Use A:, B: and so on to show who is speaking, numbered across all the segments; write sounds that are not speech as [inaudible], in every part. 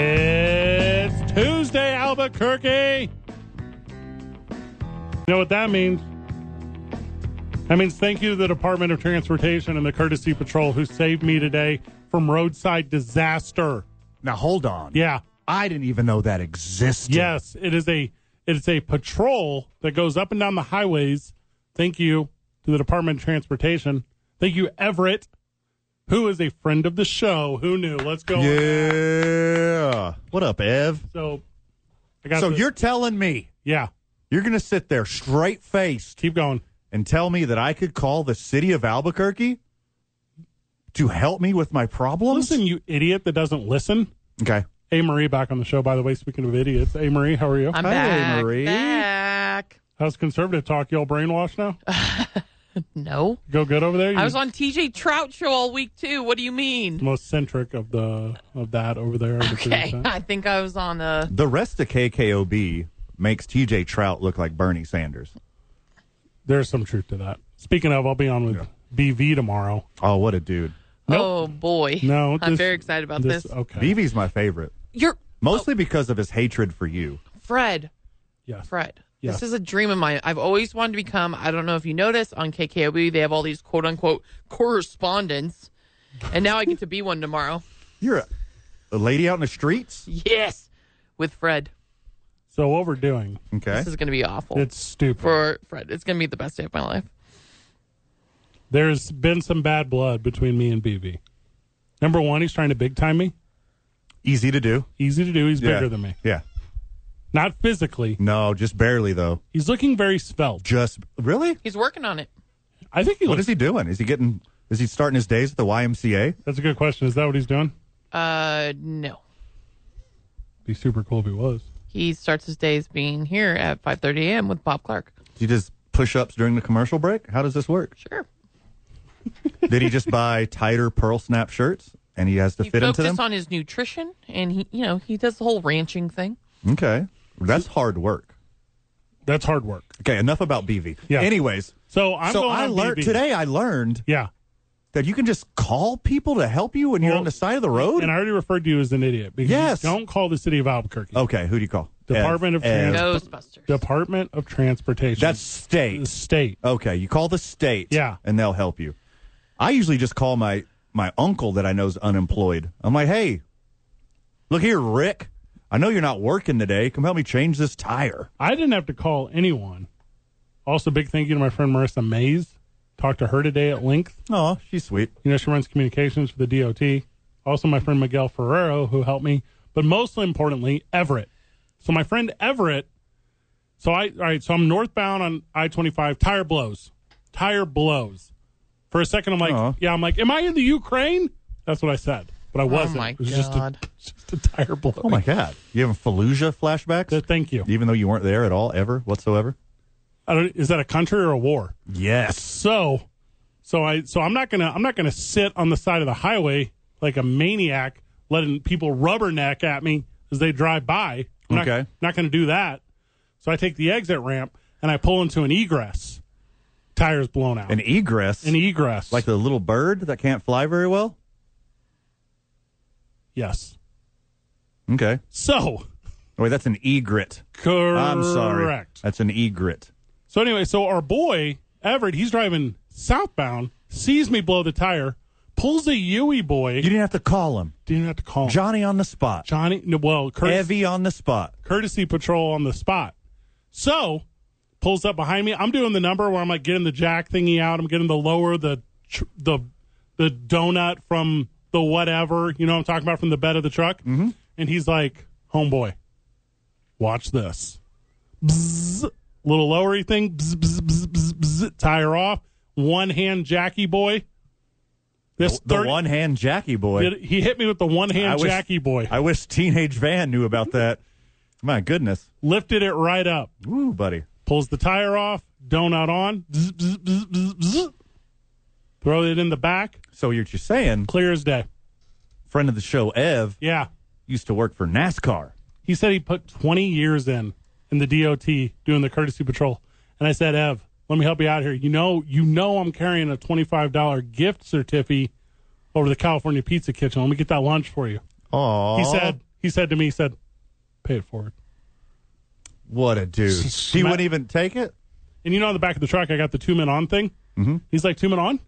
A: It's Tuesday, Albuquerque. You know what that means? That means thank you to the Department of Transportation and the Courtesy Patrol who saved me today from roadside disaster.
B: Now hold on.
A: Yeah.
B: I didn't even know that existed.
A: Yes, it is a it is a patrol that goes up and down the highways. Thank you to the Department of Transportation. Thank you, Everett, who is a friend of the show. Who knew? Let's [laughs] go.
B: Yeah. What up, Ev?
A: So I got
B: So
A: this-
B: you're telling me
A: yeah.
B: you're going to sit there straight faced
A: Keep going.
B: and tell me that I could call the city of Albuquerque to help me with my problems?
A: Listen, you idiot that doesn't listen.
B: Okay.
A: A Marie back on the show, by the way. Speaking of idiots, A Marie, how are you?
C: I'm
B: Hi,
C: back.
B: Marie.
C: Back.
A: How's conservative talk? Y'all brainwashed now?
C: No.
A: Go good over there.
C: [laughs] I was on TJ Trout show all week too. What do you mean?
A: most centric of the of that over there.
C: Okay. I think I was on a
B: The rest of KKOB makes TJ Trout look like Bernie Sanders.
A: [laughs] There's some truth to that. Speaking of, I'll be on with BV tomorrow.
B: Oh, what a dude.
A: Nope.
C: Oh boy.
A: No,
C: I'm
A: this-
C: very excited about this.
A: Okay.
B: BV's my favorite,
C: You're
B: mostly because of his hatred for you.
C: Fred.
A: Yes.
C: Fred. This
A: Yeah.
C: is a dream of mine. I've always wanted to become. I don't know if you notice on KKOB they have all these quote unquote correspondents, and now I get to be one tomorrow. [laughs]
B: You're a, a lady out in the streets?
C: Yes, with Fred.
A: So what we're doing,
B: Okay.
C: This is going to be awful
A: it's stupid.
C: for Fred. It's going to be the best day of my life.
A: There's been some bad blood between me and BV. Number one, he's trying to big time me.
B: Easy to do.
A: Easy to do. He's
B: Yeah.
A: bigger than me.
B: Yeah.
A: Not physically.
B: No, just barely though.
A: He's looking very svelte.
B: Just really?
C: He's working on it.
A: I think he
B: What
A: looks.
B: is he doing? Is he getting? Is he starting his days at the YMCA?
A: That's a good question. Is that what he's doing?
C: Uh, no.
A: Be super cool if he was.
C: He starts his days being here at 5:30 a.m. with Bob Clark.
B: Does he just push ups during the commercial break? How does
A: [laughs]
B: this work?
C: Sure.
B: Did he just buy tighter pearl snap shirts and he has to
C: He
B: fit into
C: focuses
B: them?
C: on his nutrition, and he, you know, he does the whole ranching thing.
B: okay, that's hard work.
A: That's hard work.
B: Okay, enough about BV.
A: Yeah.
B: Anyways,
A: So I'm
B: so
A: going
B: I
A: on
B: learned
A: BB.
B: today. I learned
A: Yeah.
B: that you can just call people to help you when you're
A: Well,
B: on the side of the road.
A: And I already referred to you as an idiot because you
B: Yes. Oh.
A: don't call the city of Albuquerque.
B: okay, who do you call?
A: Department
B: Ev.
A: of Trans-
B: Ev.
C: Ghostbusters.
A: Department of Transportation.
B: That's
A: the
B: state.
A: state.
B: Okay, you call the state.
A: Yeah.
B: and they'll help you. I usually just call my my uncle that I know is unemployed. I'm like, hey, look here, Rick. I know you're not working today. Come help me change this tire.
A: I didn't have to call anyone. Also, big thank you to my friend Marissa Mays. Talked to her today at length.
B: Oh, she's sweet.
A: You know, she runs communications for the DOT. Also, my friend Miguel Ferrero, who helped me, but most importantly, Everett. So, my friend Everett. So, I, all right, so I'm northbound on I 25, tire blows. Tire blows. For a second, I'm like,
B: Aw.
A: yeah, I'm like, am I in the Ukraine? That's what I said, but I wasn't.
C: Oh, my
A: it was
C: God.
A: [laughs] Just, a, just a tire blow.
B: Oh my god, you having Fallujah flashbacks?
A: Uh, Thank you.
B: Even though you weren't there at all, ever whatsoever.
A: I don't, is that a country or a war?
B: Yes.
A: So, so I so I'm not gonna I'm not gonna sit on the side of the highway like a maniac, letting people rubberneck at me as they drive by. I'm not-
B: Okay.
A: not gonna do that. So I take the exit ramp and I pull into an egress. Tires blown out.
B: An egress,
A: An e- egress.
B: like the little bird that can't fly very well.
A: yes.
B: Okay.
A: So
B: Oh, wait, that's an egret.
A: correct.
B: I'm sorry. That's an egret.
A: So anyway, so our boy Everett, he's driving southbound, sees me blow the tire, pulls a Yui boy.
B: You didn't have to call him.
A: didn't have to call him.
B: Johnny on the spot.
A: Johnny. No, well, Curtis.
B: Evie on the spot.
A: courtesy patrol on the spot. So pulls up behind me. I'm doing the number where I'm like getting the jack thingy out. I'm getting the lower the tr- the the donut from the whatever. You know what I'm talking about from the bed of the truck. Mm-hmm. And he's like, "Homeboy, watch this." Bzz, little lowery thing. Bzz, bzz, bzz, bzz, bzz, tire off. One hand Jackie boy. This
B: the
A: 30
B: one hand Jackie boy.
A: did- he hit me with the one
B: I
A: hand
B: wish-
A: Jackie boy.
B: I wish teenage Van knew about that. My goodness,
A: Lifted it right up.
B: woo, buddy.
A: Pulls the tire off. Donut on. Bzz, bzz, bzz, bzz, bzz. Throw it in the back.
B: So you're just saying,
A: Clear as day.
B: friend of the show, Ev
A: Yeah.
B: used to work for NASCAR.
A: He said he put 20 years in in the DOT doing the courtesy patrol. And I said, Ev, let me help you out here. You know, you know, I'm carrying a $25 gift certificate over to the California Pizza Kitchen. Let me get that lunch for you.
B: Oh,
A: He said, he said to me, he said, pay it forward.
B: "What a dude." He wouldn't even take it.
A: And you know, on the back of the truck, I got the two men on thing. Mm-hmm. He's like, two men on?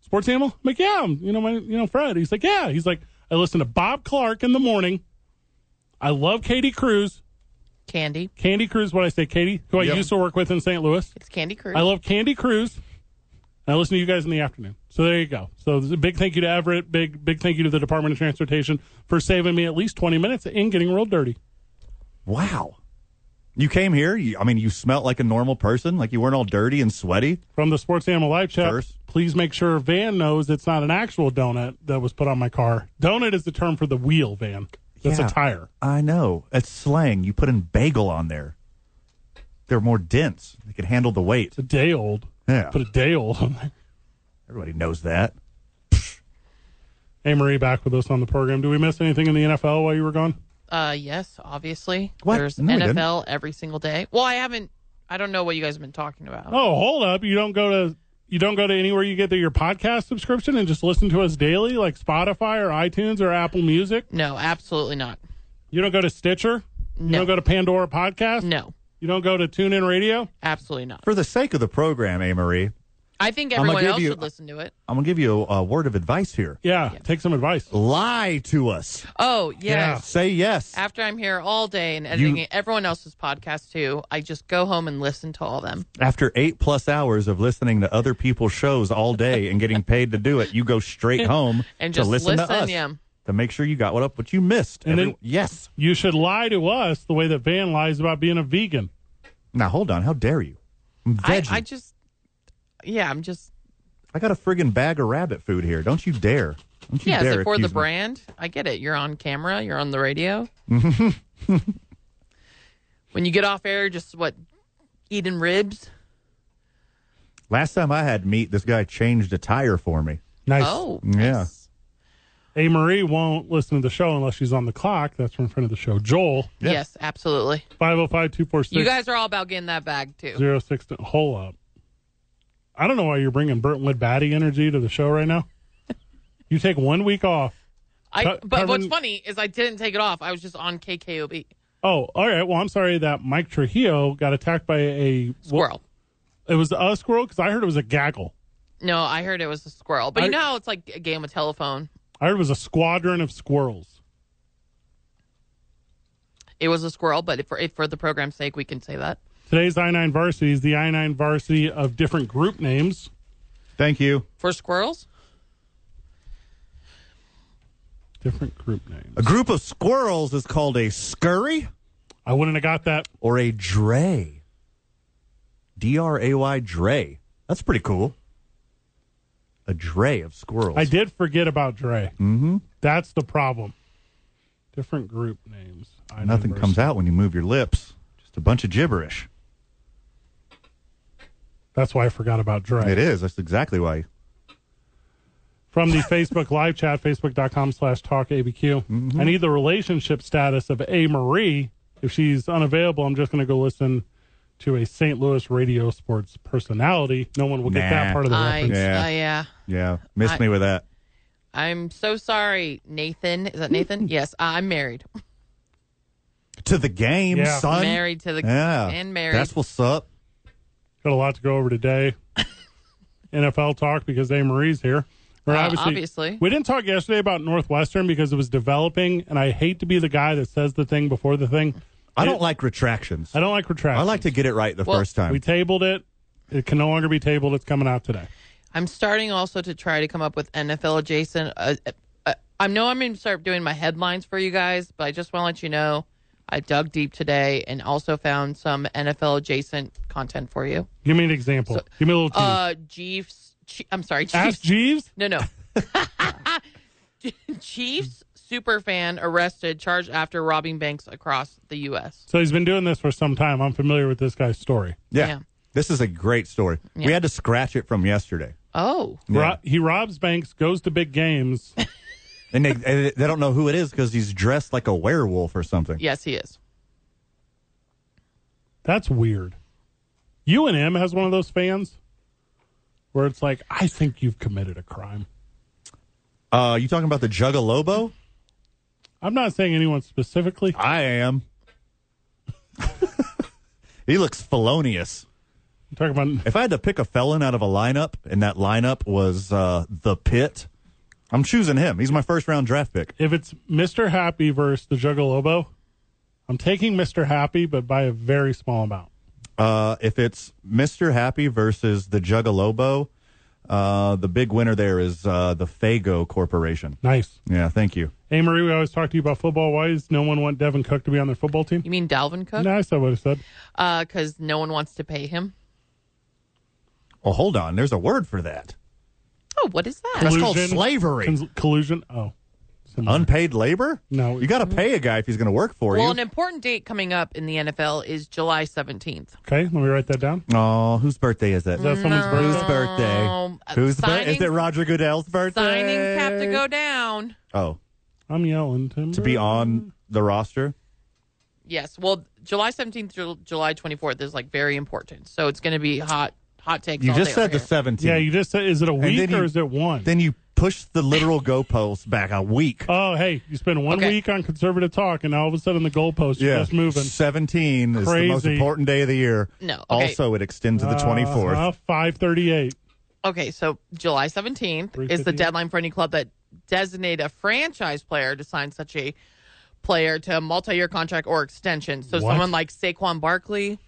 A: Sports animal? I'm like, yeah, I'm, you know, my, you know, Fred. He's like, yeah. He's like, I listen to Bob Clark in the morning. I love Katie Cruz.
C: Candy.
A: Candy Cruz, what I say, Katie, who I
D: Yep.
A: used to work with in St. Louis.
C: It's Candy Cruz.
A: I love Candy Cruz. I listen to you guys in the afternoon. So there you go. So there's a big thank you to Everett. Big big thank you to the Department of Transportation for saving me at least 20 minutes and getting real dirty.
B: Wow. You came here. You, I mean, you smelt like a normal person. Like you weren't all dirty and sweaty.
A: From the Sports Animal Live Chat,
B: First.
A: please make sure Van knows it's not an actual donut that was put on my car. Donut is the term for the wheel, Van. That's
B: Yeah.
A: a tire.
B: I know. That's slang. You put in bagel on there. They're more dense. They can handle the weight.
A: It's a day old.
B: Yeah.
A: Put a day old on there.
B: Everybody knows that.
A: Hey, Marie, back with us on the program. Do we miss anything in the NFL while you were gone?
C: Uh, yes, obviously.
B: What?
C: There's
B: No, we didn't.
C: NFL every single day. Well, I haven't. I don't know what you guys have been talking about.
A: Oh, hold up! You don't go to you don't go to anywhere you get the, your podcast subscription and just listen to us daily, like Spotify or iTunes or Apple Music.
C: No, absolutely not.
A: You don't go to Stitcher. You
C: No.
A: don't go to Pandora Podcast.
C: No,
A: You don't go to TuneIn Radio.
C: absolutely not.
B: For the sake of the program, A. Marie,
C: I think
B: gonna
C: everyone
B: give
C: else
B: you-
C: should listen to it.
B: I'm going to give you a, a word of advice here.
A: Yeah, take some advice.
B: Lie to us.
C: Oh yes.
A: Yeah.
B: Say yes.
C: After I'm here all day and editing
B: You-
C: everyone else's podcast too, I just go home and listen to all them.
B: After eight plus hours of listening to other people's shows all day and
C: [laughs]
B: getting paid to do it, you go straight home
C: And
B: to
C: just
B: listen, to
C: listen,
B: us
C: yeah.
B: to make sure you got what up what you missed.
A: And then-
B: yes.
A: You should lie to us the way that Van lies about being a vegan.
B: Now hold on. How dare you? I'm
C: I,
B: veggie.
C: I just, yeah, I'm just,
B: I got a friggin' bag of rabbit food here. Don't you dare. Don't you
C: yeah. Is
B: dare
C: it for the
B: accuse me.
C: brand? I get it. You're on camera. You're on
B: [laughs]
C: the radio. when you get off air, just what eating ribs?
B: Last time I had meat, this guy changed a tire for me.
A: Nice.
C: Oh,
B: Yeah.
C: nice.
A: A Marie won't listen to the show unless she's on the clock. That's from friend of the show, Joel.
B: Yeah.
C: Yes, absolutely.
A: 505 246
C: You guys are all about getting that bag too.
A: Zero six. to- Hold up. I don't know why you're bringing Burton Wood Batty energy to the show right
C: [laughs]
A: now. you take one week off.
C: I,
A: Co-
C: but what's
A: covering-
C: funny is I didn't take it off. I was just on KKOB
A: Oh, all right. Well, I'm sorry that Mike Trujillo got attacked by a
C: squirrel.
A: It was a squirrel because I heard it was a gaggle.
C: No, I heard it was a squirrel. But
A: I-
C: you know how it's like a game of telephone.
A: I heard it was a squadron of squirrels.
C: It was a squirrel, but if for, if for the program's sake, we can say that.
A: Today's I9 varsity is the I9 varsity of different group names.
B: Thank you.
C: For squirrels?
A: Different group names.
B: A group of squirrels is called a scurry
A: I wouldn't have got that.
B: or a dray. D R A Y dray. That's pretty cool. A dray of squirrels.
A: I did forget about Dre. Mm-hmm. That's the problem. Different group names. I9
B: Nothing
A: varsity.
B: comes out when you move your lips. Just a bunch of gibberish.
A: That's why I forgot about Dre.
B: It is. That's exactly why.
A: from the Facebook live chat, facebook.com slash talk ABQ. I need the relationship status of A. Marie. If she's unavailable, I'm just going to go listen to a St. Louis radio sports personality. No one will get that
B: Nah.
A: part of the
C: I,
A: reference.
B: Yeah.
C: yeah. yeah.
B: Yeah. Missed
C: I-
B: me with that.
C: I'm so sorry, Nathan. Is that Nathan? yes, uh, I'm married.
B: To the game,
A: Yeah.
B: son.
C: married to the
B: Yeah.
C: and married.
B: That's what's up.
A: Got a lot to go over today. NFL talk because A. Marie's here. We're
C: Uh, obviously.
A: We didn't talk yesterday about Northwestern because it was developing, and I hate to be the guy that says the thing before the thing.
B: I
A: It-
B: don't like retractions.
A: I don't like retraction.
B: I like to get it right the
C: Well,
B: first time.
A: We tabled it. It can no longer be tabled. It's coming out today.
C: I'm starting also to try to come up with NFL adjacent. Uh, uh, I know I'm going to start doing my headlines for you guys, but I just want to let you know I dug deep today and also found some NFL adjacent content for you.
A: Give me an example. Give me a little. tease.
C: Uh, Jeeves. Chi- I'm sorry, Chiefs.
A: Hmm. Ask Jeeves.
C: no, [laughs] no. Chiefs superfan arrested, charged after robbing banks across the U.S.
A: So he's been doing this for some time. I'm familiar with this guy's story.
B: Yeah.
C: Yeah.
B: This is a great story.
C: Yeah.
B: We had to scratch it from yesterday.
C: Oh,
A: Ro- he robs banks, goes to big games.
B: And they, and they don't know who it is because he's dressed like a werewolf or something.
C: yes, he is.
A: That's weird. UNM has one of those fans where it's like, I think you've committed a crime.
B: Uh, you talking about the Juggalobo?
A: I'm not saying anyone specifically.
B: I am. [laughs] he looks felonious.
A: I'm talking about
B: If I had to pick a felon out of a lineup, and that lineup was uh, the Pit, I'm choosing him. He's my first round draft pick.
A: if it's Mr. Happy versus the Juggalobo. I'm taking Mr. Happy, but by a very small amount.
B: Uh, if it's Mr. Happy versus the Juggalobo, uh, the big winner there is uh, the Fago Corporation.
A: Nice.
B: Yeah, thank you.
A: Hey, Marie, we always talk to you about football. Why does no one want Devin Cook to be on their football team?
C: You mean Dalvin Cook?
A: No, I said what I said.
C: Because no one wants to pay him.
B: Oh, hold on. There's a word for that.
C: Oh, what is that?
B: That's called slavery.
A: Cons- collusion. Oh,
B: Unpaid labor?
A: No.
B: You got to pay a guy if he's going to work for
C: Well,
B: you.
C: an important date coming up in the NFL is July 17th.
A: okay. Let me write that down.
B: Oh, whose birthday is it?
A: Is that someone's birthday?
B: Whose birthday?
C: Um, uh,
B: Whose birthday?
C: signing-
B: Is it Roger Goodell's birthday?
C: Signings have to go down.
B: Oh,
A: I'm yelling Timber.
B: to be on the roster?
C: Yes. Well, July 17th, Ju- July 24th is like very important. So it's going to be hot, hot takes.
B: You
C: all
B: just
C: day
B: said the
C: over here.
B: 17th.
A: Yeah, you just said, is it a week
B: then
A: or
B: you-
A: is it one?
B: then you push the literal [laughs] goalposts back a week.
A: oh, hey, you spend one
C: Okay.
A: week on conservative talk, and all of a sudden the goalposts are
B: yeah,
A: just moving.
B: 17 is the most
A: Crazy. Uh-huh.
B: important day of the year.
C: No, okay.
B: Also, it extends to the 24th.
A: Uh, Five thirty-eight.
C: Okay, so July 17th is the
A: 358.
C: deadline for any club that designate a franchise player to sign such a player to a multi-year contract or extension. So
A: What?
C: someone like Saquon Barkley,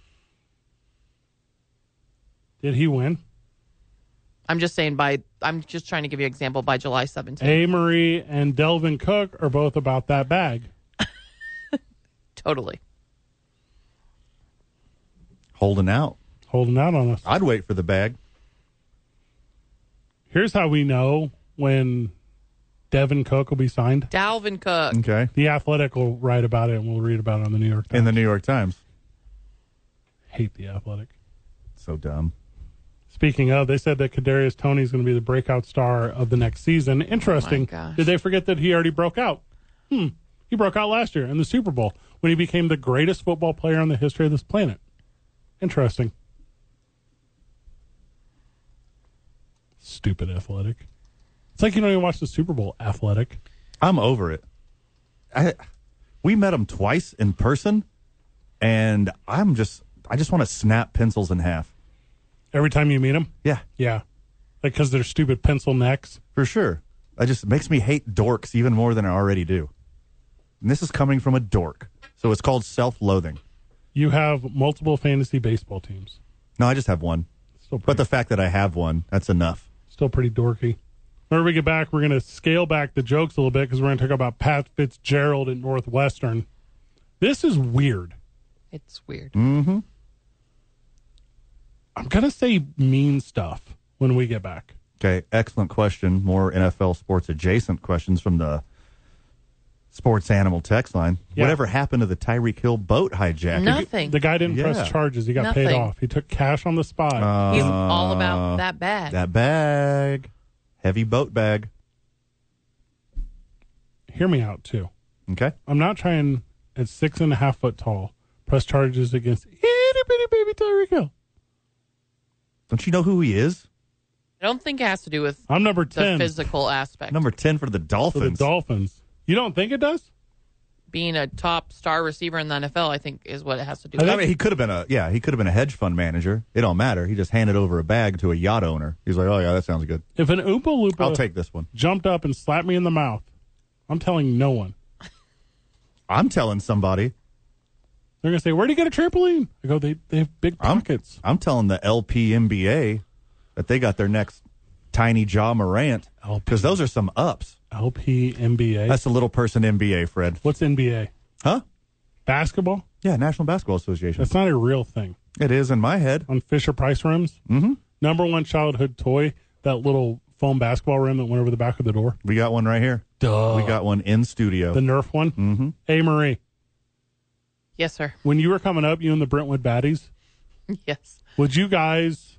A: Did he win?
C: I'm just saying by I'm just trying to give you an example by July 17th.
A: A. Marie and Delvin Cook are both about that bag.
C: Totally.
B: Holding out.
A: Holding out on us.
B: I'd wait for the bag.
A: Here's how we know when Devin Cook will be signed.
C: Dalvin Cook.
B: Okay.
A: The Athletic will write about it, and we'll read about it on the New York Times.
B: In the New York Times.
A: Hate the Athletic.
B: So dumb.
A: Speaking of, they said that Kadarius Tony is going to be the breakout star of the next season. Interesting.
C: gosh.
A: Did they forget that he already broke out? Hmm. He broke out last year in the Super Bowl when he became the greatest football player on the history of this planet. Interesting. Stupid athletic. It's like you don't even watch the Super Bowl athletic.
B: I'm over it. I, we met him twice in person, and I'm just I just want to snap pencils in half.
A: Every time you meet him,
B: Yeah,
A: yeah, like because they're stupid pencil necks.
B: for sure. That just makes me hate dorks even more than I already do. And this is coming from a dork, so it's called self-loathing.
A: You have multiple fantasy baseball teams.
B: No, I just have one,
A: Still
B: but the fact that I have one, that's enough.
A: Still pretty dorky. Whenever we get back, we're going to scale back the jokes a little bit because we're going to talk about Pat Fitzgerald at Northwestern. This is weird.
C: It's weird.
A: Mm. I'm going to say mean stuff when we get back.
B: Okay, excellent question. More NFL sports adjacent questions from the sports animal text line.
A: Yeah.
B: Whatever happened to the Tyreek Hill boat hijack?
C: Nothing.
A: The guy didn't
B: Yeah. Uh.
A: press charges. He got paid
C: Nothing.
A: off. He took cash on the spot.
C: He's all about that
B: [laughs]
C: bag.
B: That bag. Heavy boat bag.
A: Hear me out, too.
B: Okay.
A: I'm not trying at six and a half foot tall press charges against itty bitty baby Tyreek Hill.
B: Don't you know who he is?
C: I don't think it has to do with
A: I'm number
C: the
A: 10
C: physical aspect.
B: Number 10 for the
A: for the
B: Dolphins.
A: Dolphins. You don't think it does?
C: Being a top star receiver in the NFL, I think, is what it has to do
A: I
C: with.
B: I mean, he could have been a yeah, he could have been a hedge fund manager. It don't matter. He just handed over a bag to a yacht owner. He's like, "Oh yeah, that sounds good.
A: If an Oompa Loompa
B: I'll take this one."
A: jumped up and slapped me in the mouth, I'm telling no one.
B: I'm telling somebody.
A: They're gonna say, "Where'd you get a trampoline?" I go, "They they have big
B: I'm
A: pockets."
B: I'm telling the LPMBA that they got their next tiny jaw Morant
A: LP.
B: because those are some ups.
A: LP NBA.
B: That's the little person NBA, Fred.
A: What's NBA?
B: Huh?
A: Basketball?
B: Yeah, National Basketball Association.
A: That's not a real thing.
B: It is in my head.
A: On Fisher Price rooms, mm-hmm. number one childhood toy, that little foam basketball rim that went over the back of the door?
B: We got one right here.
A: Duh.
B: We got one in studio.
A: the Nerf one. Mm-hmm. Hey, Marie,
C: Yes, sir. [laughs]
A: when you were coming up, you and the Brentwood baddies,
C: Yes.
A: would you guys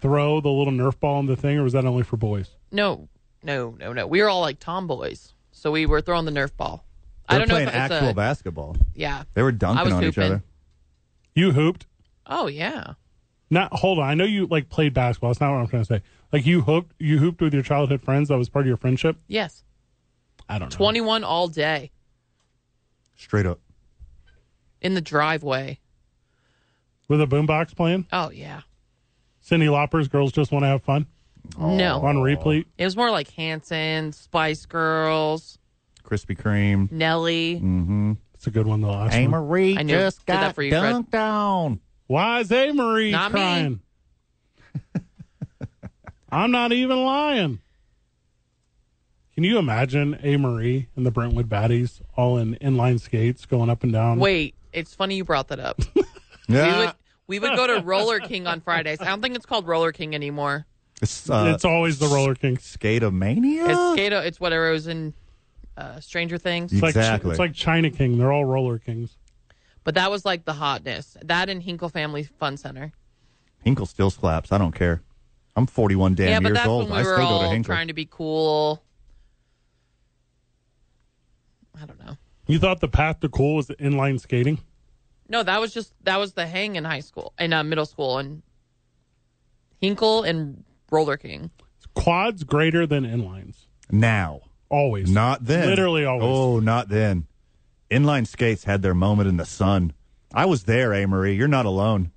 A: throw the little Nerf ball in the thing, or was that only for boys?
C: No, no, no, no. We were all like tomboys, so we were throwing the Nerf ball.
B: They're
C: I don't know
B: playing
C: if it's
B: actual
C: a,
B: basketball.
C: yeah.
B: They were
C: I
B: dunking
C: was
B: on each
C: hooping.
B: other.
A: You hooped.
C: Oh yeah.
A: Not hold on. I know you like played basketball. That's not what I'm trying to say. Like you hooped. You hooped with your childhood friends. That was part of your friendship.
C: Yes.
A: I don't know.
C: Twenty-one all day
B: Straight up.
C: in the driveway.
A: with a boombox playing.
C: Oh yeah.
A: Cindy Lauper's "Girls Just Want to Have Fun"
B: Oh,
C: No,
A: on replay.
C: it was more like Hanson, Spice Girls,
B: Krispy Kreme.
C: Nelly.
B: Mm.
A: It's a good one. The last
B: Hey,
A: one.
B: Marie
C: I knew-
B: just
C: did that
B: got
C: for you, Fred.
B: dunked on.
A: Why is Amory
C: Not me.
A: crying? [laughs] I'm not even lying. Can you imagine Amory and the Brentwood Baddies all in inline skates going up and down?
C: Wait, it's funny you brought
B: [laughs]
C: that up.
B: Yeah.
C: We would we would go to Roller King on Fridays. I don't think it's called Roller King anymore.
B: it's uh,
A: it's always the Roller King. It's
B: Skatomania?
C: It's Skato. It's whatever it was in uh, Stranger Things.
B: You-
A: like
B: Exactly.
A: it's like China King. They're all Roller Kings.
C: But that was like the hotness. That and Hinkle Family Fun Center.
B: Hinkle still slaps. I don't care. I'm 41 damn
C: yeah, but
B: years
C: that's
B: old.
C: when we
B: I still
C: were
B: go to
C: all
B: Hinkle.
C: trying to be cool. I don't know.
A: You thought the path to cool was inline skating?
C: No, that was just that was the hang in high school in uh, middle school and Hinkle and Roller King.
A: Quads greater than inlines.
B: now.
A: Always.
B: Not then.
A: Literally always.
B: Oh, not then. Inline skates had their moment in the sun. I was there, Amory. You're not alone.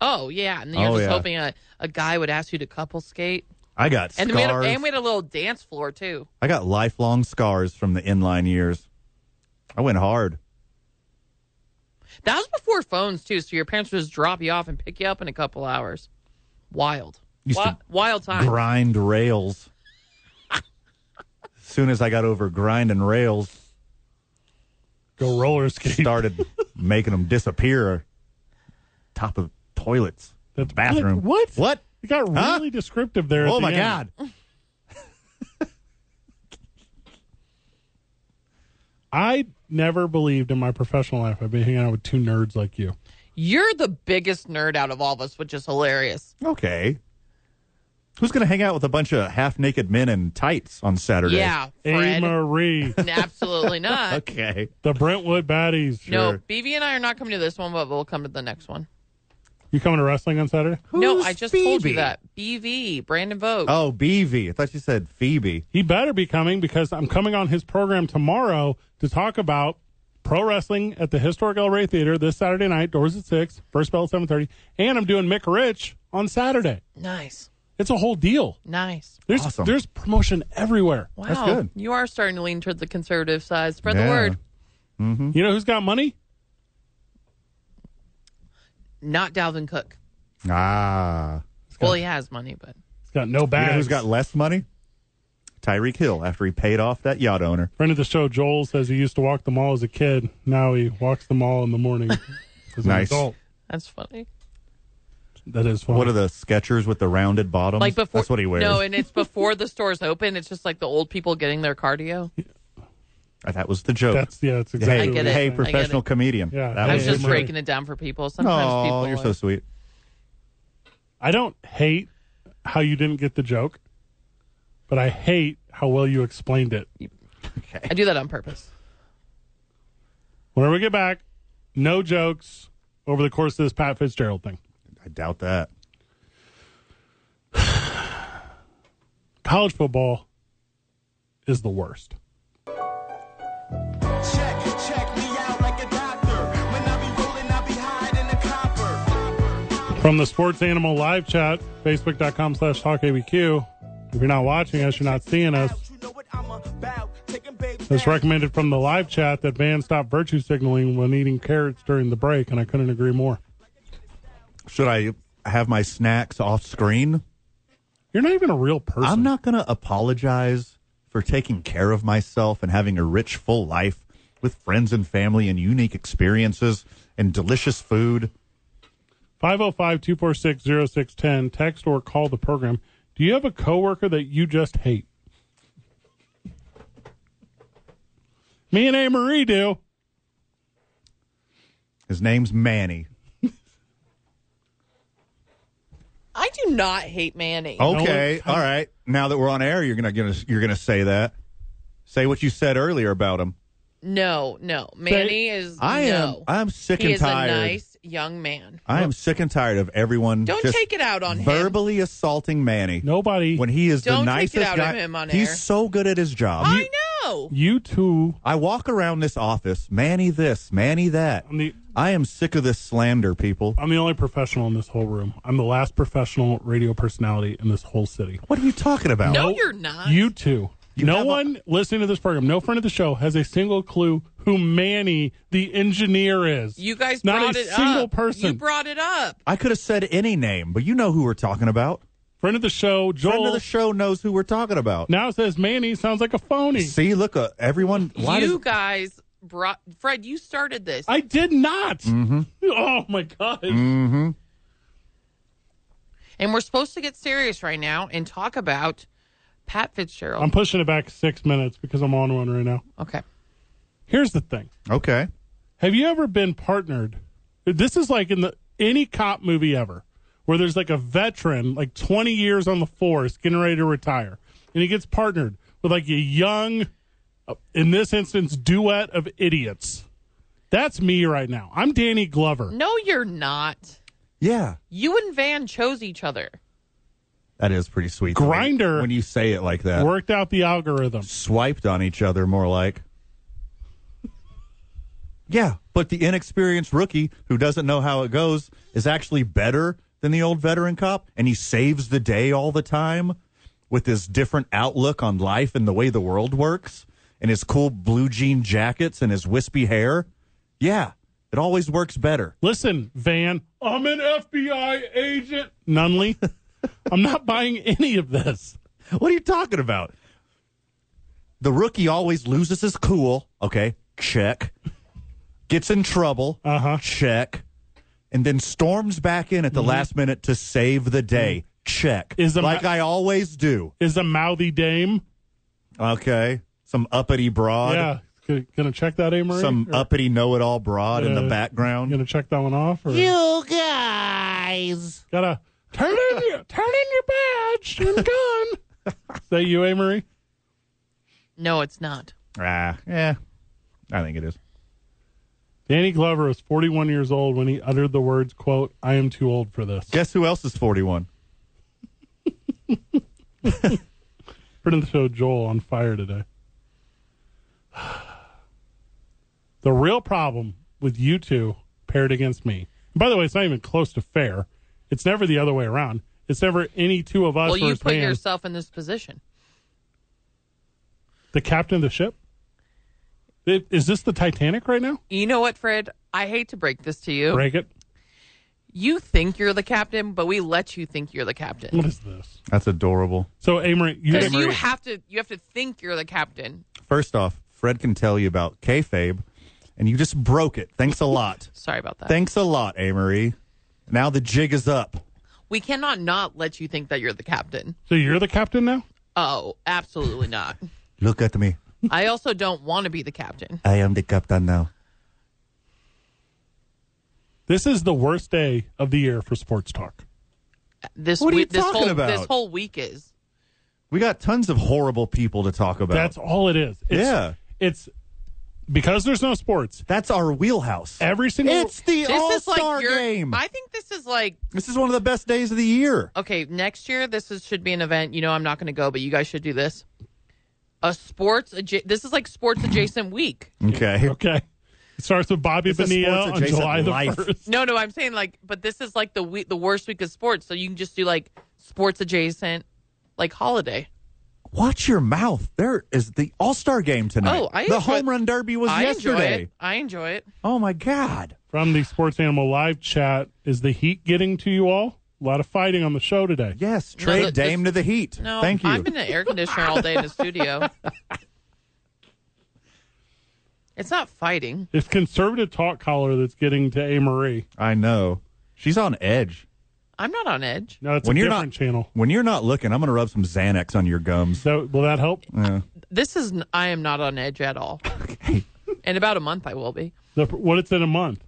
C: Oh yeah, and then you're
B: Oh,
C: just
B: yeah.
C: hoping a, a guy would ask you to couple skate.
B: I got scars.
C: And then we had a, and we had a little dance floor too.
B: I got lifelong scars from the inline years. I went hard.
C: That was before phones too, so your parents would just drop you off and pick you up in a couple hours. Wild,
B: Used
C: Wi-
B: to
C: wild time.
B: Grind rails. soon as I got over grinding
A: [laughs]
B: rails,
A: Go roller skate.
B: started making them disappear. Top of toilets,
A: That's-
B: bathroom.
A: What?
B: What?
A: You got really
B: Huh?
A: descriptive there. at
B: Oh
A: the
B: my
A: end.
B: god!
A: I never believed in my professional life I'd be hanging out with two nerds like you.
C: You're the biggest nerd out of all of us, which is hilarious.
B: Okay. Who's going to hang out with a bunch of half naked men in tights on Saturday?
C: Yeah,
A: A
C: Fred.
A: Marie,
B: [laughs]
C: Absolutely not.
B: Okay.
A: the Brentwood baddies.
C: No,
B: Sure.
C: BB and I are not coming to this one, but we'll come to the next one.
A: You coming to wrestling on Saturday?
C: no,
B: Who's
C: I just told
B: BB?
C: you that. BV, Brandon Vogt.
B: Oh, BV. I thought you said Phoebe.
A: He better be coming because I'm coming on his program tomorrow to talk about pro wrestling at the historic El Rey Theater this Saturday night. Doors at six, first bell at seven thirty, and I'm doing Mick Rich on Saturday.
C: Nice.
A: It's a whole deal.
C: Nice.
A: There's
B: Awesome.
A: there's promotion everywhere.
C: Wow.
B: good.
C: You are starting to lean towards the conservative side. Spread
B: Yeah.
C: the word.
B: Mm-hmm.
A: You know who's got money?
C: Not Dalvin Cook.
B: Ah.
C: Well, he has money, but
A: He's got no
B: You
A: bags.
B: know who's got less money? Tyreek Hill after he paid off that yacht owner.
A: Friend of the show, Joel says he used to walk the mall as a kid. Now he walks the mall in the
B: [laughs]
A: morning. as an
B: Nice.
A: adult.
C: that's funny.
A: That is fun.
B: What are the Skechers with the rounded bottoms?
C: Like before,
B: That's what he wears.
C: No, and it's before the stores open. It's just like the old people getting their cardio.
B: Uh, that was the joke.
A: That's yeah. That's
B: hey,
C: I
A: exactly.
C: get it.
A: what
B: hey,
A: I'm saying.
C: I
B: professional comedian.
A: Yeah.
B: That
C: I
A: Hey,
C: was
B: was the
C: just
A: hey,
B: joke.
C: breaking it down for people. Sometimes
B: Oh,
C: people
B: you're
C: are-
B: so sweet.
A: I don't hate how you didn't get the joke, but I hate how well you explained it.
C: I do that on purpose.
A: Whenever we get back, no jokes over the course of this Pat Fitzgerald thing.
B: I doubt that.
A: College football is the worst.
E: Check, check me out like a doctor. When I be rolling, I be hiding the copper.
A: From the Sports Animal live chat, facebook.com slash talkabq. If you're not watching us, you're not seeing us.
E: You know what I'm about. Taking babies
A: It's
E: down.
A: recommended from the live chat that Van stop virtue signaling when eating carrots during the break, and I couldn't agree more.
B: Should I have my snacks off screen?
A: You're not even a real person.
B: I'm not going to apologize for taking care of myself and having a rich, full life with friends and family and unique experiences and delicious food.
A: 505 246 0610. Text or call the program. Do you have a coworker that you just hate? Me and Anne Marie do.
B: His name's Manny.
C: I do not hate Manny.
B: Oh. Okay, all right. Now that we're on air, you're gonna, gonna you're gonna say that. Say what you said earlier about him.
C: No, no. Manny is.
B: I
C: no.
B: am. I'm sick
C: he
B: and
C: is
B: tired. Uh,
C: a nice young man.
B: I am sick and tired of everyone.
C: Don't
B: just
C: take it out on him.
B: verbally assaulting Manny
A: Nobody.
B: when he is the
C: Don't take
B: nicest
C: it out
B: guy.
C: on him on
B: He's
C: air.
B: so good at his job.
C: I know.
A: you two.
B: I walk around this office, Manny this, Manny that.
A: I'm the
B: I am sick of this slander, people.
A: I'm the only professional in this whole room. I'm the last professional radio personality in this whole city.
B: What are you talking about?
C: No, you're not.
A: You two.
B: You
A: no
B: have a-
A: one listening to this program, no friend of the show, has a single clue who Manny, the engineer, is.
C: You guys
A: not
C: brought
A: a
C: it
A: single
C: up.
A: person.
C: You brought it up.
B: I could have said any name, but you know who we're talking about.
A: friend of the show, Joel.
B: Friend of the show knows who we're talking about.
A: now says Manny sounds like a phony.
B: See, look, uh, everyone. Why
C: you
B: does-
C: guys brought Fred. You started this.
A: I did not.
B: Mm-hmm.
A: [laughs] Oh my god.
B: Mm.
C: And we're supposed to get serious right now and talk about Pat Fitzgerald.
B: Um,
A: I'm pushing it back six minutes because I'm on one right now.
C: okay.
A: Here's the thing.
B: okay.
A: Have you ever been partnered? This is like in the any cop movie ever, where there's like a veteran, like 20 years on the force, getting ready to retire, and he gets partnered with like a young, uh, in this instance, duet of idiots. That's me right now. I'm Danny Glover.
C: No, you're not.
B: Yeah.
C: You and Van chose each other.
B: That is pretty sweet.
A: Grinder.
B: When you say it like that.
A: Worked out the algorithm.
B: swiped on each other more like. Yeah, but the inexperienced rookie who doesn't know how it goes is actually better than the old veteran cop, and he saves the day all the time with his different outlook on life and the way the world works, and his cool blue jean jackets and his wispy hair. Yeah, it always works better.
A: Listen, Van, I'm an FBI agent. Nunley, [laughs] I'm not buying any of this.
B: [laughs] What are you talking about? The rookie always loses his cool. Okay, check. Gets in trouble. Uh
A: Uh-huh.
B: huh. Check. And then storms back in at the last minute to save the day. Check.
A: Mm-hmm. Is the ma-
B: like I always do.
A: Is a mouthy dame.
B: Okay. Some uppity broad.
A: Yeah. Gonna- Gonna check that, Amory?
B: Some uppity know it all broad in the
A: Yeah.
B: background.
A: You gonna check that one off? Or?
B: You guys.
A: gotta turn in your turn in your badge and
C: [laughs]
A: gun. Is that you, Amory?
C: No, it's not.
B: Ah, yeah. I think it is.
A: Danny Glover was 41 years old when he uttered the words, "quote I am too old for this."
B: Guess who else is 41?
A: Friend of the show, Joel, on fire today. [sighs] The real problem with you two paired against me. By the way, it's not even close to fair. It's never the other way around. It's never any two of us
C: Well, you
A: versus
C: put
A: man.
C: yourself in this position.
A: the captain of the ship. I- Is this the Titanic right now?
C: You know what, Fred? I hate to break this to you.
A: Break it.
C: You think you're the captain, but we let you think you're the captain
A: What is this?
B: That's adorable.
A: So Amory, you
C: because you have to. You have to think you're the captain.
B: First off, Fred can tell you about kayfabe, and you just broke it. Thanks a
C: [laughs]
B: lot.
C: Sorry about that.
B: Thanks a lot, Amory. Now the jig is up.
C: we cannot not let you think that you're the captain.
A: so you're the captain now.
C: Oh, absolutely
B: [laughs]
C: not.
B: Look at me.
C: I also don't want to be the captain.
B: I am the captain now.
A: This is the worst day of the year for sports talk.
C: This
B: What are
C: we-
B: you
C: this
B: talking
C: whole
B: about?
C: this whole week is.
B: We got tons of horrible people to talk about.
A: That's all it is. It's,
B: Yeah.
A: it's because there's no sports.
B: That's our wheelhouse.
A: Every single
B: It's the
C: This
B: All
C: is like
B: Star
C: your-
B: game.
C: I think this is like
B: this is one of the best days of the year.
C: okay, next year this is, should be an event. You know, I'm not going to go, but you guys should do this. A sports, adja- this is like sports adjacent week.
B: Okay.
A: okay. It starts with Bobby
B: It's a
A: Bonilla
B: sports
A: on
B: adjacent
A: July
B: life.
A: the first.
C: No, no, I'm saying like, but this is like the week, the worst week of sports. So you can just do like sports adjacent, like holiday.
B: Watch your mouth. There is the All Star game tonight.
C: Oh, I
B: the
C: enjoy-
B: home run derby was
C: I
B: yesterday.
C: enjoy it. I enjoy it.
B: Oh my God.
A: From the Sports Animal Live chat, is the heat getting to you all? A lot of fighting on the show today.
B: Yes,
C: No,
B: trade
C: look, this-
B: Dame to the Heat.
C: No,
B: Thank you.
C: I'm in an air conditioner all day in the studio.
B: [laughs]
C: It's not fighting.
A: It's conservative talk collar that's getting to A Marie.
B: I know. She's on edge.
C: I'm not on edge.
A: No, it's
B: when
A: a
B: you're
A: different
B: not
A: channel.
B: when you're not looking, I'm going to rub some Xanax on your gums.
A: So will that help?
C: This is n- I am not on edge at all. In about a month, I will be.
A: The, what it's in a month.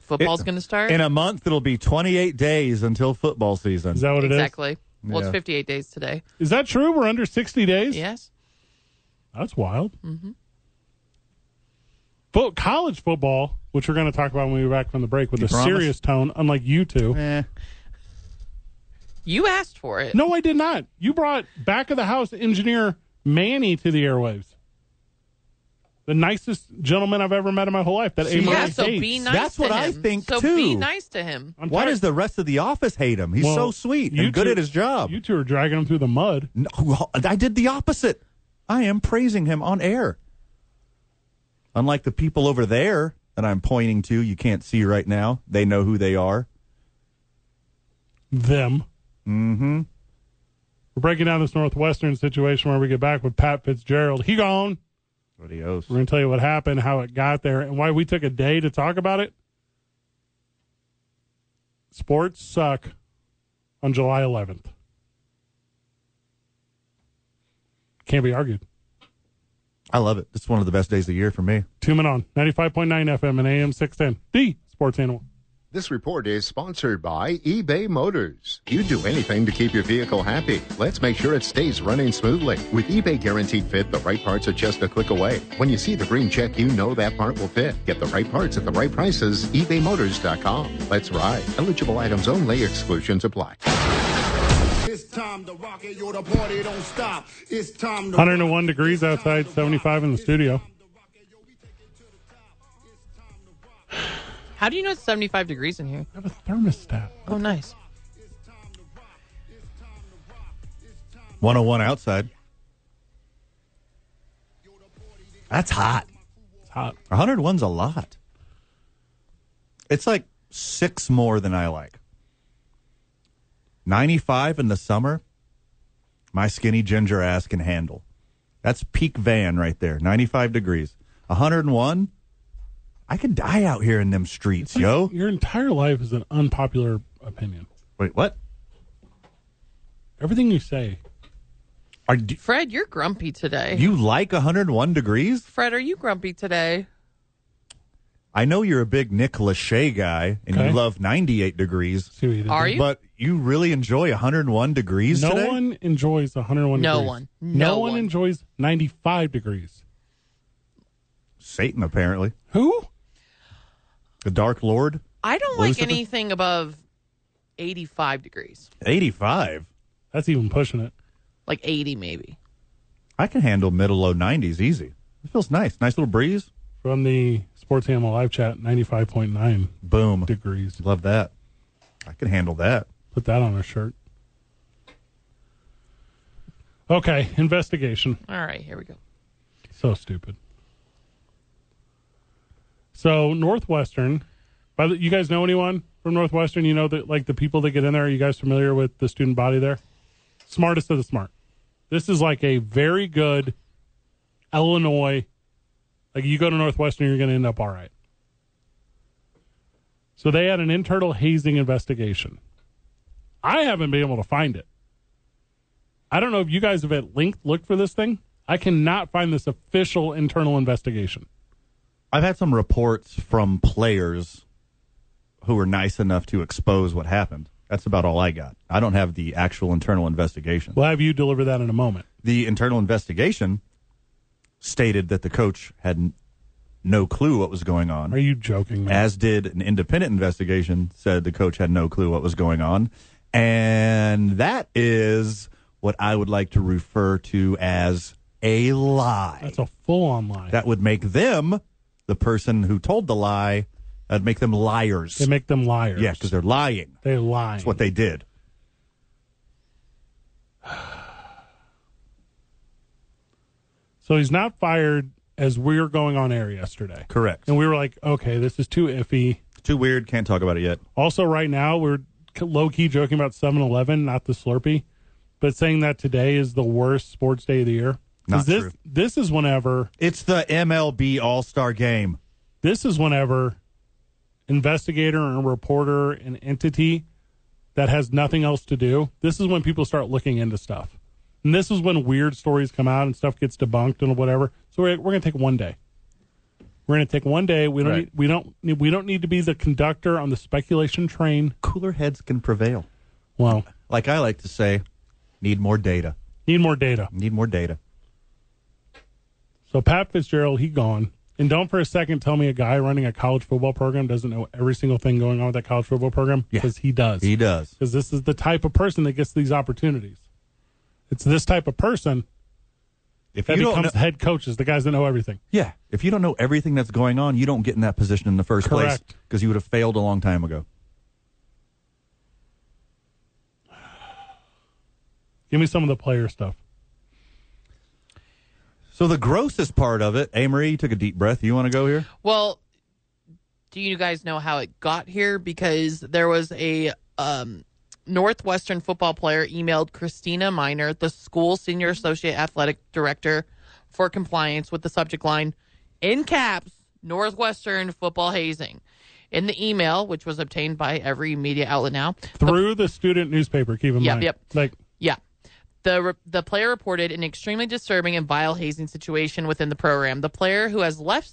C: Football's
B: It-
C: going to start.
B: In a month, it'll be 28 days until football season.
A: Is that what it is?
C: exactly. Well,
B: Yeah.
C: it's 58 days today.
A: Is that true? We're under 60 days?
C: Yes.
A: That's wild. Mm-hmm. Fo- college football, which we're going to talk about when we get back from the break with a
B: promise?
A: serious tone, unlike you two.
B: Eh.
C: You asked for it.
A: No, I did not. You brought back of the house engineer Manny to the airwaves. The nicest gentleman I've ever met in my whole life. That Amory
C: yeah, so
A: hates.
C: be nice
B: That's
C: to
B: what
C: him.
B: I think,
C: so
B: too.
C: be nice to him.
A: I'm
B: Why
A: tired-
B: does the rest of the office hate him? He's
A: Well,
B: so sweet
A: you
B: and good
A: two-
B: at his job.
A: You two are dragging him through the mud.
B: No, well, I did the opposite. I am praising him on air. Unlike the people over there that I'm pointing to, you can't see right now. They know who they are.
A: Them. Mm hmm.
B: Mm-hmm.
A: We're breaking down this Northwestern situation where we get back with Pat Fitzgerald. He gone.
B: Adios.
A: We're going to tell you what happened, how it got there, and why we took a day to talk about it. Sports suck on July 11th. Can't be argued.
B: I love it. It's one of the best days of the year for me.
A: Tune in on 95.9 FM and AM 610, the sports animal.
F: This report is sponsored by eBay Motors. You do anything to keep your vehicle happy. Let's make sure it stays running smoothly. With eBay Guaranteed Fit, the right parts are just a click away. When you see the green check, you know that part will fit. Get the right parts at the right prices. ebaymotors.com. Let's ride. Eligible items only, exclusions apply.
E: It's time to rock it, yo, the party don't stop. It's time to
A: 101 degrees outside, 75 in the studio.
C: How do you know it's 75 degrees in here?
A: I have a thermostat.
C: Oh, nice.
B: 101 outside. That's hot.
A: It's hot.
B: 101's a lot. It's like six more than I like. 95 in the summer, my skinny ginger ass can handle. That's peak van right there, 95 degrees. 101, I could die out here in them streets, yo.
A: Your entire life is an unpopular opinion.
B: Wait, what?
A: Everything you say,
B: Are do
C: Fred, you're grumpy today.
B: you like 101 degrees?
C: Fred, are you grumpy today?
B: I know you're a big Nick Lachey guy and
A: Okay.
B: you love 98 degrees,
A: see what you did
C: Are
A: there.
C: you?
B: but you really enjoy 101 degrees
A: No
B: today?
A: one enjoys 101
C: No
A: degrees.
C: one.
A: no
C: No
A: one
C: one.
A: enjoys 95 degrees.
B: Satan, apparently.
A: Who?
B: The Dark Lord?
C: I don't
B: What
C: like
B: is it?
C: anything above 85 degrees,
B: 85.
A: That's even pushing it.
C: like 80 maybe.
B: I can handle middle low 90s easy. It feels nice. Nice little breeze.
A: From the Sports Animal Live Chat, 95.9
B: Boom.
A: degrees.
B: Love that. I can handle that.
A: Put that on a shirt. Okay, investigation.
C: All right, here we go.
A: So stupid. So Northwestern, by the, you guys know anyone from Northwestern? You know that like the people that get in there. Are you guys familiar with the student body there? Smartest of the smart. This is like a very good Illinois. Like you go to Northwestern, you're going to end up all right. So they had an internal hazing investigation. I haven't been able to find it. I don't know if you guys have at length looked for this thing. I cannot find this official internal investigation.
B: I've had some reports from players who were nice enough to expose what happened. That's about all I got. I don't have the actual internal investigation.
A: We'll have you deliver that in a moment.
B: The internal investigation stated that the coach had n- no clue what was going on.
A: Are you joking, man?
B: as did an independent investigation, said the coach had no clue what was going on. And that is what I would like to refer to as a lie.
A: That's a full-on lie.
B: That would make them, the person who told the lie, that'd make them liars.
A: they make them liars.
B: yeah, because they're lying.
A: they lie.
B: That's what they did.
A: so he's not fired as we were going on air yesterday,
B: Correct.
A: and we were like, okay, this is too iffy.
B: Too weird. Can't talk about it yet.
A: Also, right now we're low key joking about 7-Eleven, not the Slurpee, but saying that today is the worst sports day of the year. 'Cause
B: Not
A: this
B: true.
A: this is whenever
B: It's the MLB All Star Game.
A: this is whenever investigator and reporter and entity that has nothing else to do, this is when people start looking into stuff. And this is when weird stories come out and stuff gets debunked and whatever. So we're, we're going to take one day. We're going to take one day. We don't
B: Right.
A: need, we don't need, we don't need to be the conductor on the speculation train.
B: Cooler heads can prevail.
A: Well,
B: Like I like to say, need more data.
A: need more data.
B: Need more data.
A: So Pat Fitzgerald, he gone. And don't for a second tell me a guy running a college football program doesn't know every single thing going on with that college football program
B: Yeah.
A: because he does.
B: He does.
A: because this is the type of person that gets these opportunities. It's this type of person
B: If
A: that
B: you don't
A: becomes
B: know,
A: head coaches, the guys that know everything.
B: yeah, if you don't know everything that's going on, you don't get in that position in the first
A: Correct.
B: place because you would have failed a long time ago.
A: Give me some of the player stuff.
B: So the grossest part of it, Amory, you took a deep breath. You want to go here?
C: Well, do you guys know how it got here? Because there was a um, Northwestern football player emailed Christina Miner, the school senior associate athletic director, for compliance with the subject line in caps Northwestern football hazing. In the email, which was obtained by every media outlet now,
A: Through the student newspaper, keep in
C: Yep,
A: mind.
C: yep.
A: Like
C: Yeah. The, re- the player reported an extremely disturbing and vile hazing situation within the program. The player who has left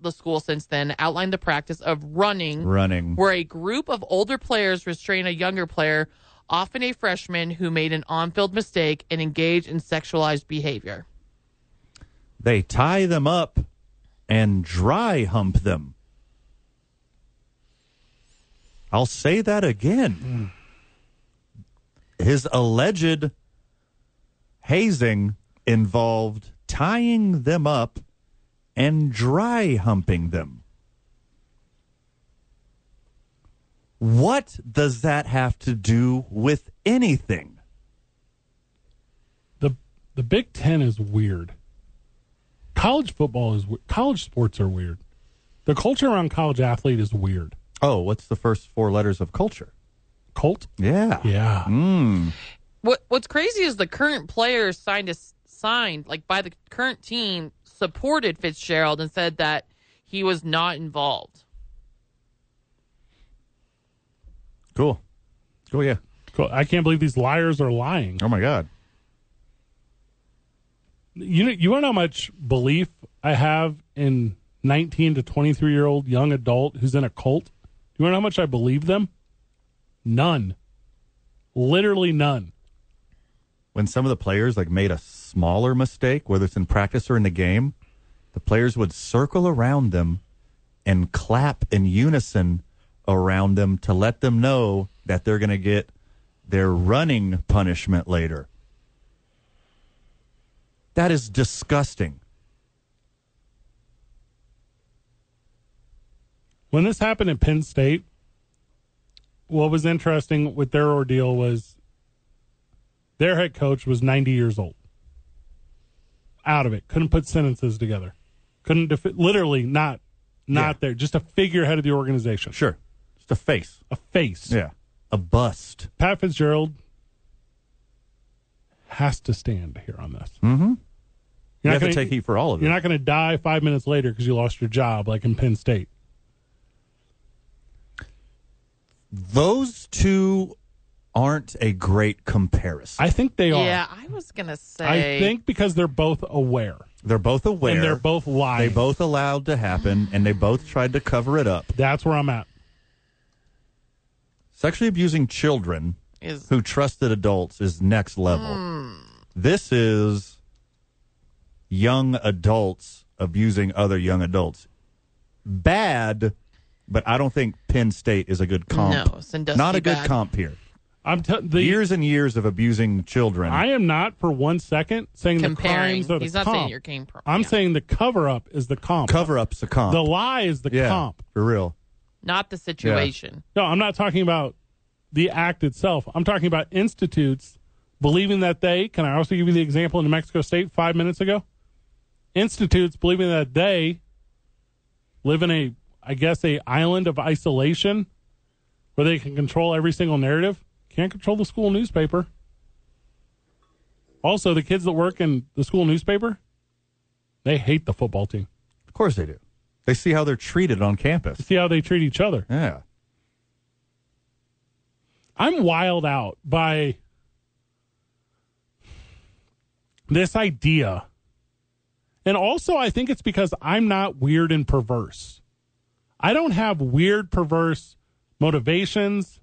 C: the school since then outlined the practice of running,
B: Running.
C: where a group of older players restrain a younger player, often a freshman who made an on field mistake and engage in sexualized behavior.
B: They tie them up and dry hump them. I'll say that again. His alleged hazing involved tying them up and dry humping them. What does that have to do with anything?
A: the the Big Ten is weird. College football is we- college sports are weird. The culture around college athlete is weird.
B: Oh, what's the first four letters of culture?
A: Colt.
B: Yeah.
A: Yeah.
C: What What's crazy is the current players signed a, signed like by the current team supported Fitzgerald and said that he was not involved.
B: Cool. Cool, yeah.
A: Cool. I can't believe these liars are lying.
B: Oh my God.
A: you know, you want to know how much belief I have in 19 to 23 year old young adult who's in a cult? You want to know how much I believe them? None. Literally none.
B: When some of the players like made a smaller mistake, whether it's in practice or in the game, the players would circle around them and clap in unison around them to let them know that they're going to get their running punishment later. That is disgusting.
A: When this happened at Penn State, what was interesting with their ordeal was their head coach was 90 years old. Out of it, couldn't put sentences together. Couldn't defi- literally not not
B: Yeah.
A: there, just a figurehead of the organization.
B: Sure. Just a face.
A: A face.
B: Yeah. A bust.
A: Pat Fitzgerald has to stand here on this.
B: Mm-hmm. You
A: You're not
B: have
A: gonna, e-
B: to take heat for all of it.
A: You're not going to die five minutes later because you lost your job, like in Penn State.
B: Those two aren't a great comparison.
A: I think they are.
C: Yeah, I was gonna say.
A: I think because they're both aware,
B: they're both aware.
A: and they're both
B: They
A: lying.
B: both allowed to happen, and they both tried to cover it up.
A: That's where I'm at.
B: Sexually abusing children
C: is
B: who trusted adults is next level. This is young adults abusing other young adults. Bad, but I don't think Penn State is a good comp.
C: No, Sandusky
B: Not a good
C: bad.
B: comp here.
A: I'm t- the.
B: Years and years of abusing children.
A: I am not for one second saying
C: comparing.
A: the crimes are the
C: He's not
A: comp.
C: saying you're came from.
A: I'm
C: yeah.
A: saying the cover up is the comp.
B: cover up's a comp.
A: the lie is the
B: yeah,
A: comp.
B: for real.
C: not the situation.
A: No, I'm not talking about the act itself. I'm talking about institutes believing that they can I also give you the example in New Mexico State five minutes ago? Institutes believing that they live in a I guess a island of isolation where they can control every single narrative. Can't control the school newspaper. Also, the kids that work in the school newspaper, they hate the football team.
B: Of course they do. They see how they're treated on campus.
A: See how they treat each other.
B: Yeah.
A: I'm wild out by this idea. And also, I think it's because I'm not weird and perverse. I don't have weird, perverse motivations.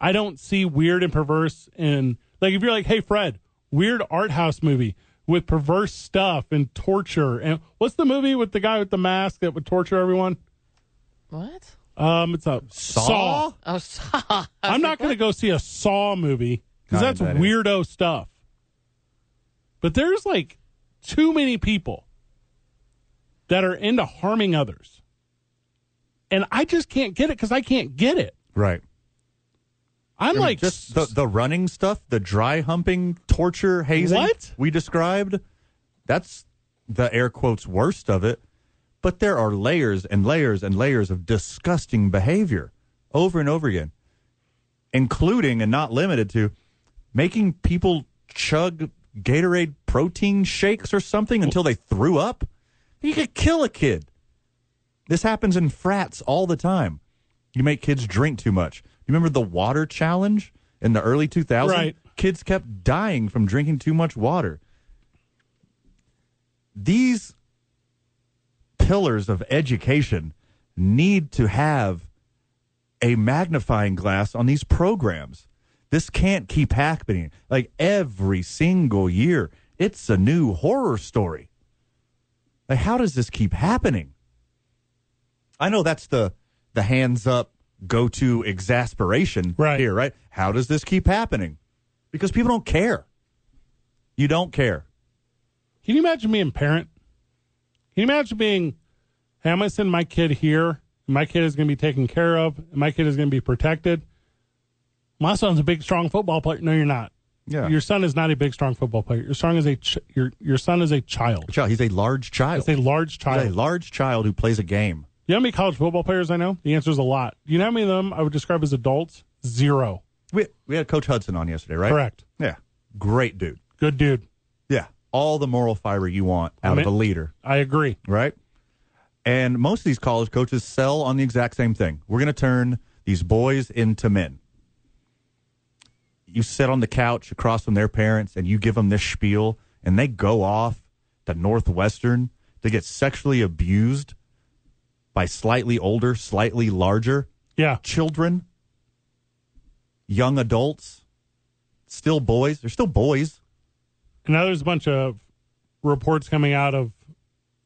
A: I don't see weird and perverse in, like, if you're like, hey, Fred, weird art house movie with perverse stuff and torture. And what's the movie with the guy with the mask that would torture everyone?
C: What?
A: Um, it's a Saw.
C: Oh, [laughs] saw. I was
A: I'm
C: like,
A: not going to go see a Saw movie because
B: No,
A: that's
B: that is-
A: weirdo stuff. But there's like too many people that are into harming others. And I just can't get it because I can't get it.
B: Right.
A: I'm
B: I mean,
A: like,
B: just the, the running stuff, the dry humping, torture, hazing
A: What?
B: we described. That's the air quotes worst of it. But there are layers and layers and layers of disgusting behavior over and over again, including and not limited to making people chug Gatorade protein shakes or something until they threw up. You could kill a kid. This happens in frats all the time. You make kids drink too much. You remember the water challenge in the early 2000s?
A: Right.
B: Kids kept dying from drinking too much water. These pillars of education need to have a magnifying glass on these programs. This can't keep happening. Like every single year, it's a new horror story. Like, how does this keep happening? I know that's the the hands up go to exasperation
A: Right.
B: here, right? How does this keep happening? Because people don't care. You don't care.
A: Can you imagine being parent? Can you imagine being, hey, I'm going to send my kid here. And my kid is going to be taken care of. And my kid is going to be protected. My son's a big, strong football player. No, you're not.
B: Yeah.
A: Your son is not a big, strong football player. Your son is a ch- your your son is a child.
B: Child, he's a large child.
A: It's a large
B: He's
A: child.
B: a large child who plays a game.
A: you know how many college football players I know? The answer is a lot. You know how many of them I would describe as adults? Zero.
B: We we had Coach Hudson on yesterday, right?
A: Correct.
B: Yeah. Great dude.
A: Good dude.
B: Yeah. All the moral fiber you want out
A: I mean-
B: of a leader,
A: I agree.
B: right? And most of these college coaches sell on the exact same thing. We're going to turn these boys into men. You sit on the couch across from their parents and you give them this spiel, and they go off to Northwestern to get sexually abused by slightly older, slightly larger
A: Yeah.
B: children, young adults, still boys. They're still boys.
A: And now there's a bunch of reports coming out of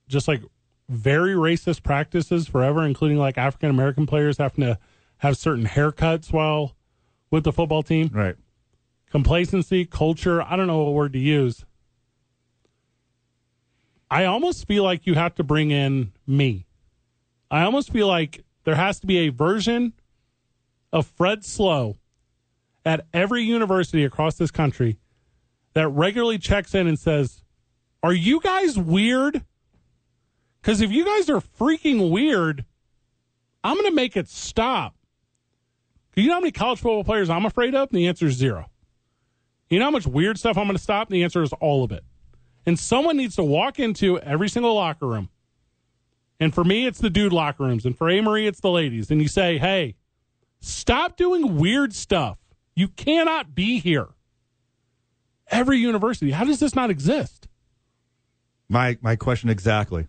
A: just like very racist practices forever, including like African American players having to have certain haircuts while with the football team.
B: Right.
A: complacency, culture, I don't know what word to use. I almost feel like you have to bring in me. I almost feel like there has to be a version of Fred Slow at every university across this country that regularly checks in and says, Are you guys weird? Because if you guys are freaking weird, I'm going to make it stop. You know how many college football players I'm afraid of? And the answer is zero. You know how much weird stuff I'm going to stop? And the answer is all of it. And someone needs to walk into every single locker room. And for me, it's the dude locker rooms. And for Amory, it's the ladies. And you say, hey, stop doing weird stuff. You cannot be here. Every university. How does this not exist?
B: My my question exactly.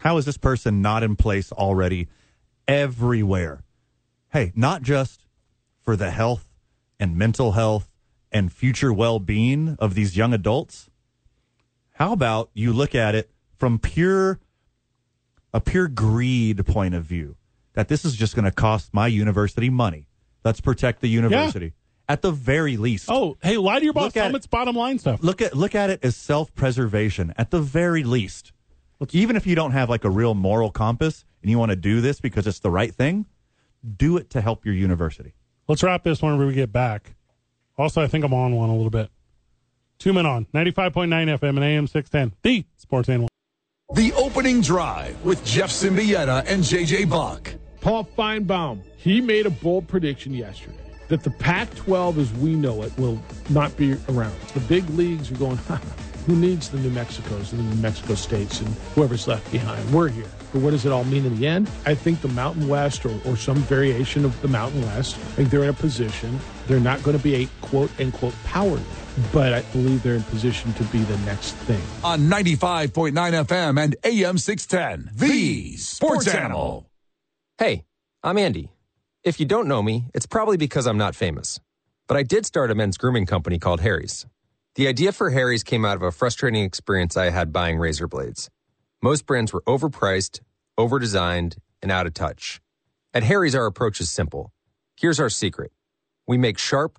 B: How is this person not in place already everywhere? Hey, not just for the health and mental health and future well-being of these young adults. How about you look at it from pure a pure greed point of view that this is just going to cost my university money. Let's protect the university at the very least.
A: Oh, hey, lie to your boss.
B: Look at
A: Tell him
B: it.
A: it's bottom line stuff.
B: Look at look at it as self-preservation at the very least. Even if you don't have like a real moral compass and you want to do this because it's the right thing, do it to help your university.
A: Let's wrap this whenever we get back. Also, I think I'm on one a little bit. Two men on 95.9 FM and AM 610, the sports animal.
G: The opening drive with Jeff Symbieta and JJ Bach.
H: Paul Feinbaum, he made a bold prediction yesterday that the Pac 12 as we know it will not be around. The big leagues are going, [laughs] "Huh, Who needs the New Mexicos and the New Mexico states and whoever's left behind? We're here. But what does it all mean in the end? I think the Mountain West or, or some variation of the Mountain West, I think they're in a position. They're not going to be a quote unquote power league, but I believe they're in position to be the next thing.
G: on 95.9 FM and AM 610. The Sports Animal.
I: Hey, I'm Andy. If you don't know me, it's probably because I'm not famous. But I did start a men's grooming company called Harry's. The idea for Harry's came out of a frustrating experience I had buying razor blades. Most brands were overpriced, overdesigned, and out of touch. At Harry's, our approach is simple. Here's our secret we make sharp,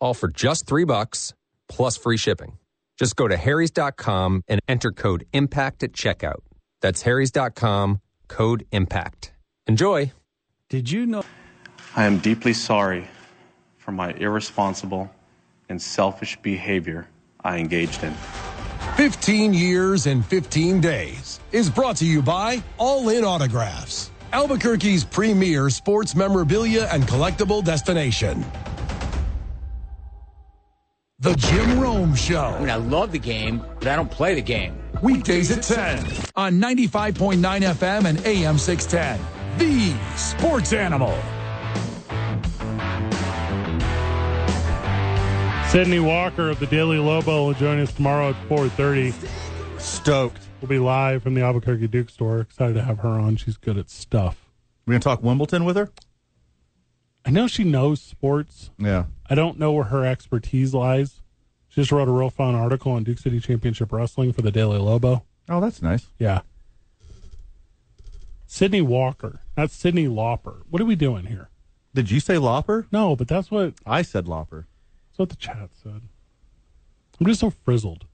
I: all for just three bucks plus free shipping. Just go to Harry's.com and enter code IMPACT at checkout. That's Harry's.com, code IMPACT. Enjoy!
J: Did you know? I am deeply sorry for my irresponsible and selfish behavior I engaged in.
G: 15 years and 15 days is brought to you by All In Autographs, Albuquerque's premier sports memorabilia and collectible destination. The Jim Rome Show,
K: I love the game, but I don't play the game.
G: weekdays at 10 on 95.9 FM and AM 610. The Sports Animal.
A: Sydney Walker of the Daily Lobo will join us tomorrow at 4.30.
B: Stoked.
A: We'll be live from the Albuquerque Duke store. Excited to have her on. She's good at stuff.
B: We're gonna talk Wimbledon with her.
A: I know she knows sports.
B: Yeah.
A: I don't know where her expertise lies. She just wrote a real fun article on Duke City Championship Wrestling for the Daily Lobo.
B: Oh, that's nice.
A: Yeah. Sydney Walker, not Sydney Lauper. What are we doing here?
B: Did you say lopper?
A: No, but that's what
B: I said lopper.
A: that's what the chat said. I'm just so frizzled.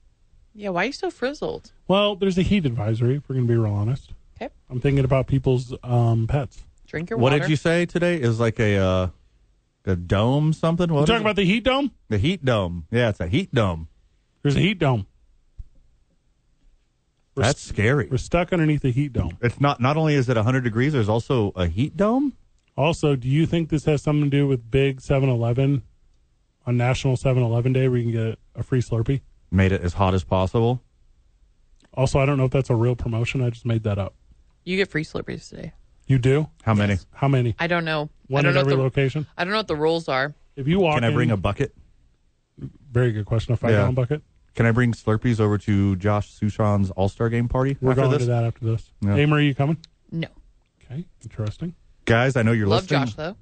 C: Yeah, why are you so frizzled?
A: Well, there's a heat advisory. If we're gonna be real honest,
C: Okay,
A: I'm thinking about people's um, pets.
C: drink your
B: What
C: water.
B: did you say today? Is like a uh, a dome something? What
A: We're
B: is
A: talking
B: it?
A: about the heat dome.
B: the heat dome. Yeah, it's a heat dome.
A: There's a heat dome. We're
B: That's scary.
A: We're stuck underneath the heat dome.
B: It's not not only is it 100 degrees, there's also a heat dome.
A: Also, do you think this has something to do with Big 7-Eleven on National 7-Eleven Day where you can get a free Slurpee?
B: Made it as hot as possible.
A: Also, I don't know if that's a real promotion. I just made that up.
C: You get free slurpees today.
A: You do?
B: How many?
A: How many?
C: I don't know. I
A: One
C: don't
A: at
C: know what
A: every
C: the
A: location.
C: I don't know what the rules are.
A: If you walk,
B: Can I bring
A: in-
B: a bucket?
A: very good question? A five gallon bucket.
B: Can I bring Slurpees over to Josh Sushan's All Star Game party
A: We're
B: after
A: going
B: this?
A: to that after this.
B: Yeah.
A: Hey, Marie, you coming?
C: No.
A: Okay, interesting.
B: Guys, I know you're
C: Love
B: listening.
C: Josh though.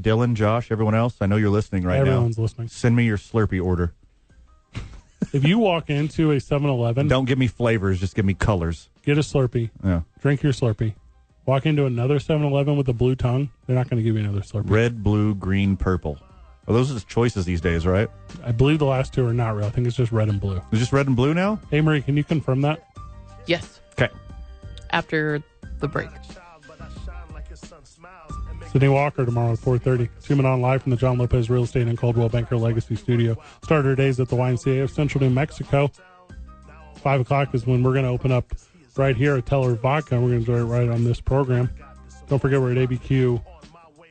B: Dylan, Josh, everyone else, I know you're listening right
A: Everyone's
B: now.
A: listening.
B: Send me your Slurpee order.
A: If you walk into a 7-Eleven,
B: [laughs] Don't give me flavors, just give me colors.
A: get a Slurpee,
B: Yeah.
A: drink your Slurpee. Walk into another 7-Eleven with a blue tongue, they're not going to give you another Slurpee.
B: Red, blue, green, purple. Well, those are the choices these days, right?
A: I believe the last two are not real. I think it's just red and blue.
B: It's just red and blue now?
A: Hey, Marie, can you confirm that?
C: Yes.
B: Okay.
C: After the break.
A: Sydney Walker tomorrow at 4.30. Streaming on live from the John Lopez Real Estate and Coldwell Banker Legacy Studio. Started our days at the YMCA of Central New Mexico. 5 o'clock is when we're going to open up right here at Teller Vodka. We're going to do it right on this program. Don't forget we're at ABQ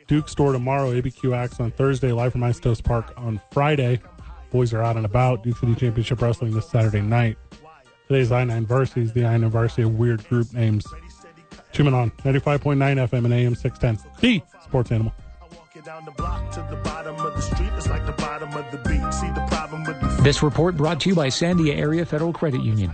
A: Duke Store tomorrow, ABQ Axe on Thursday, live from Ice Park on Friday. Boys are out and about. Duke City Championship Wrestling this Saturday night. Today's I-9 Varsity is the I-9 Varsity of weird group names. Tuning on 95.9 FM and AM 610. The Sports Animal.
K: This report brought to you by Sandia Area Federal Credit Union.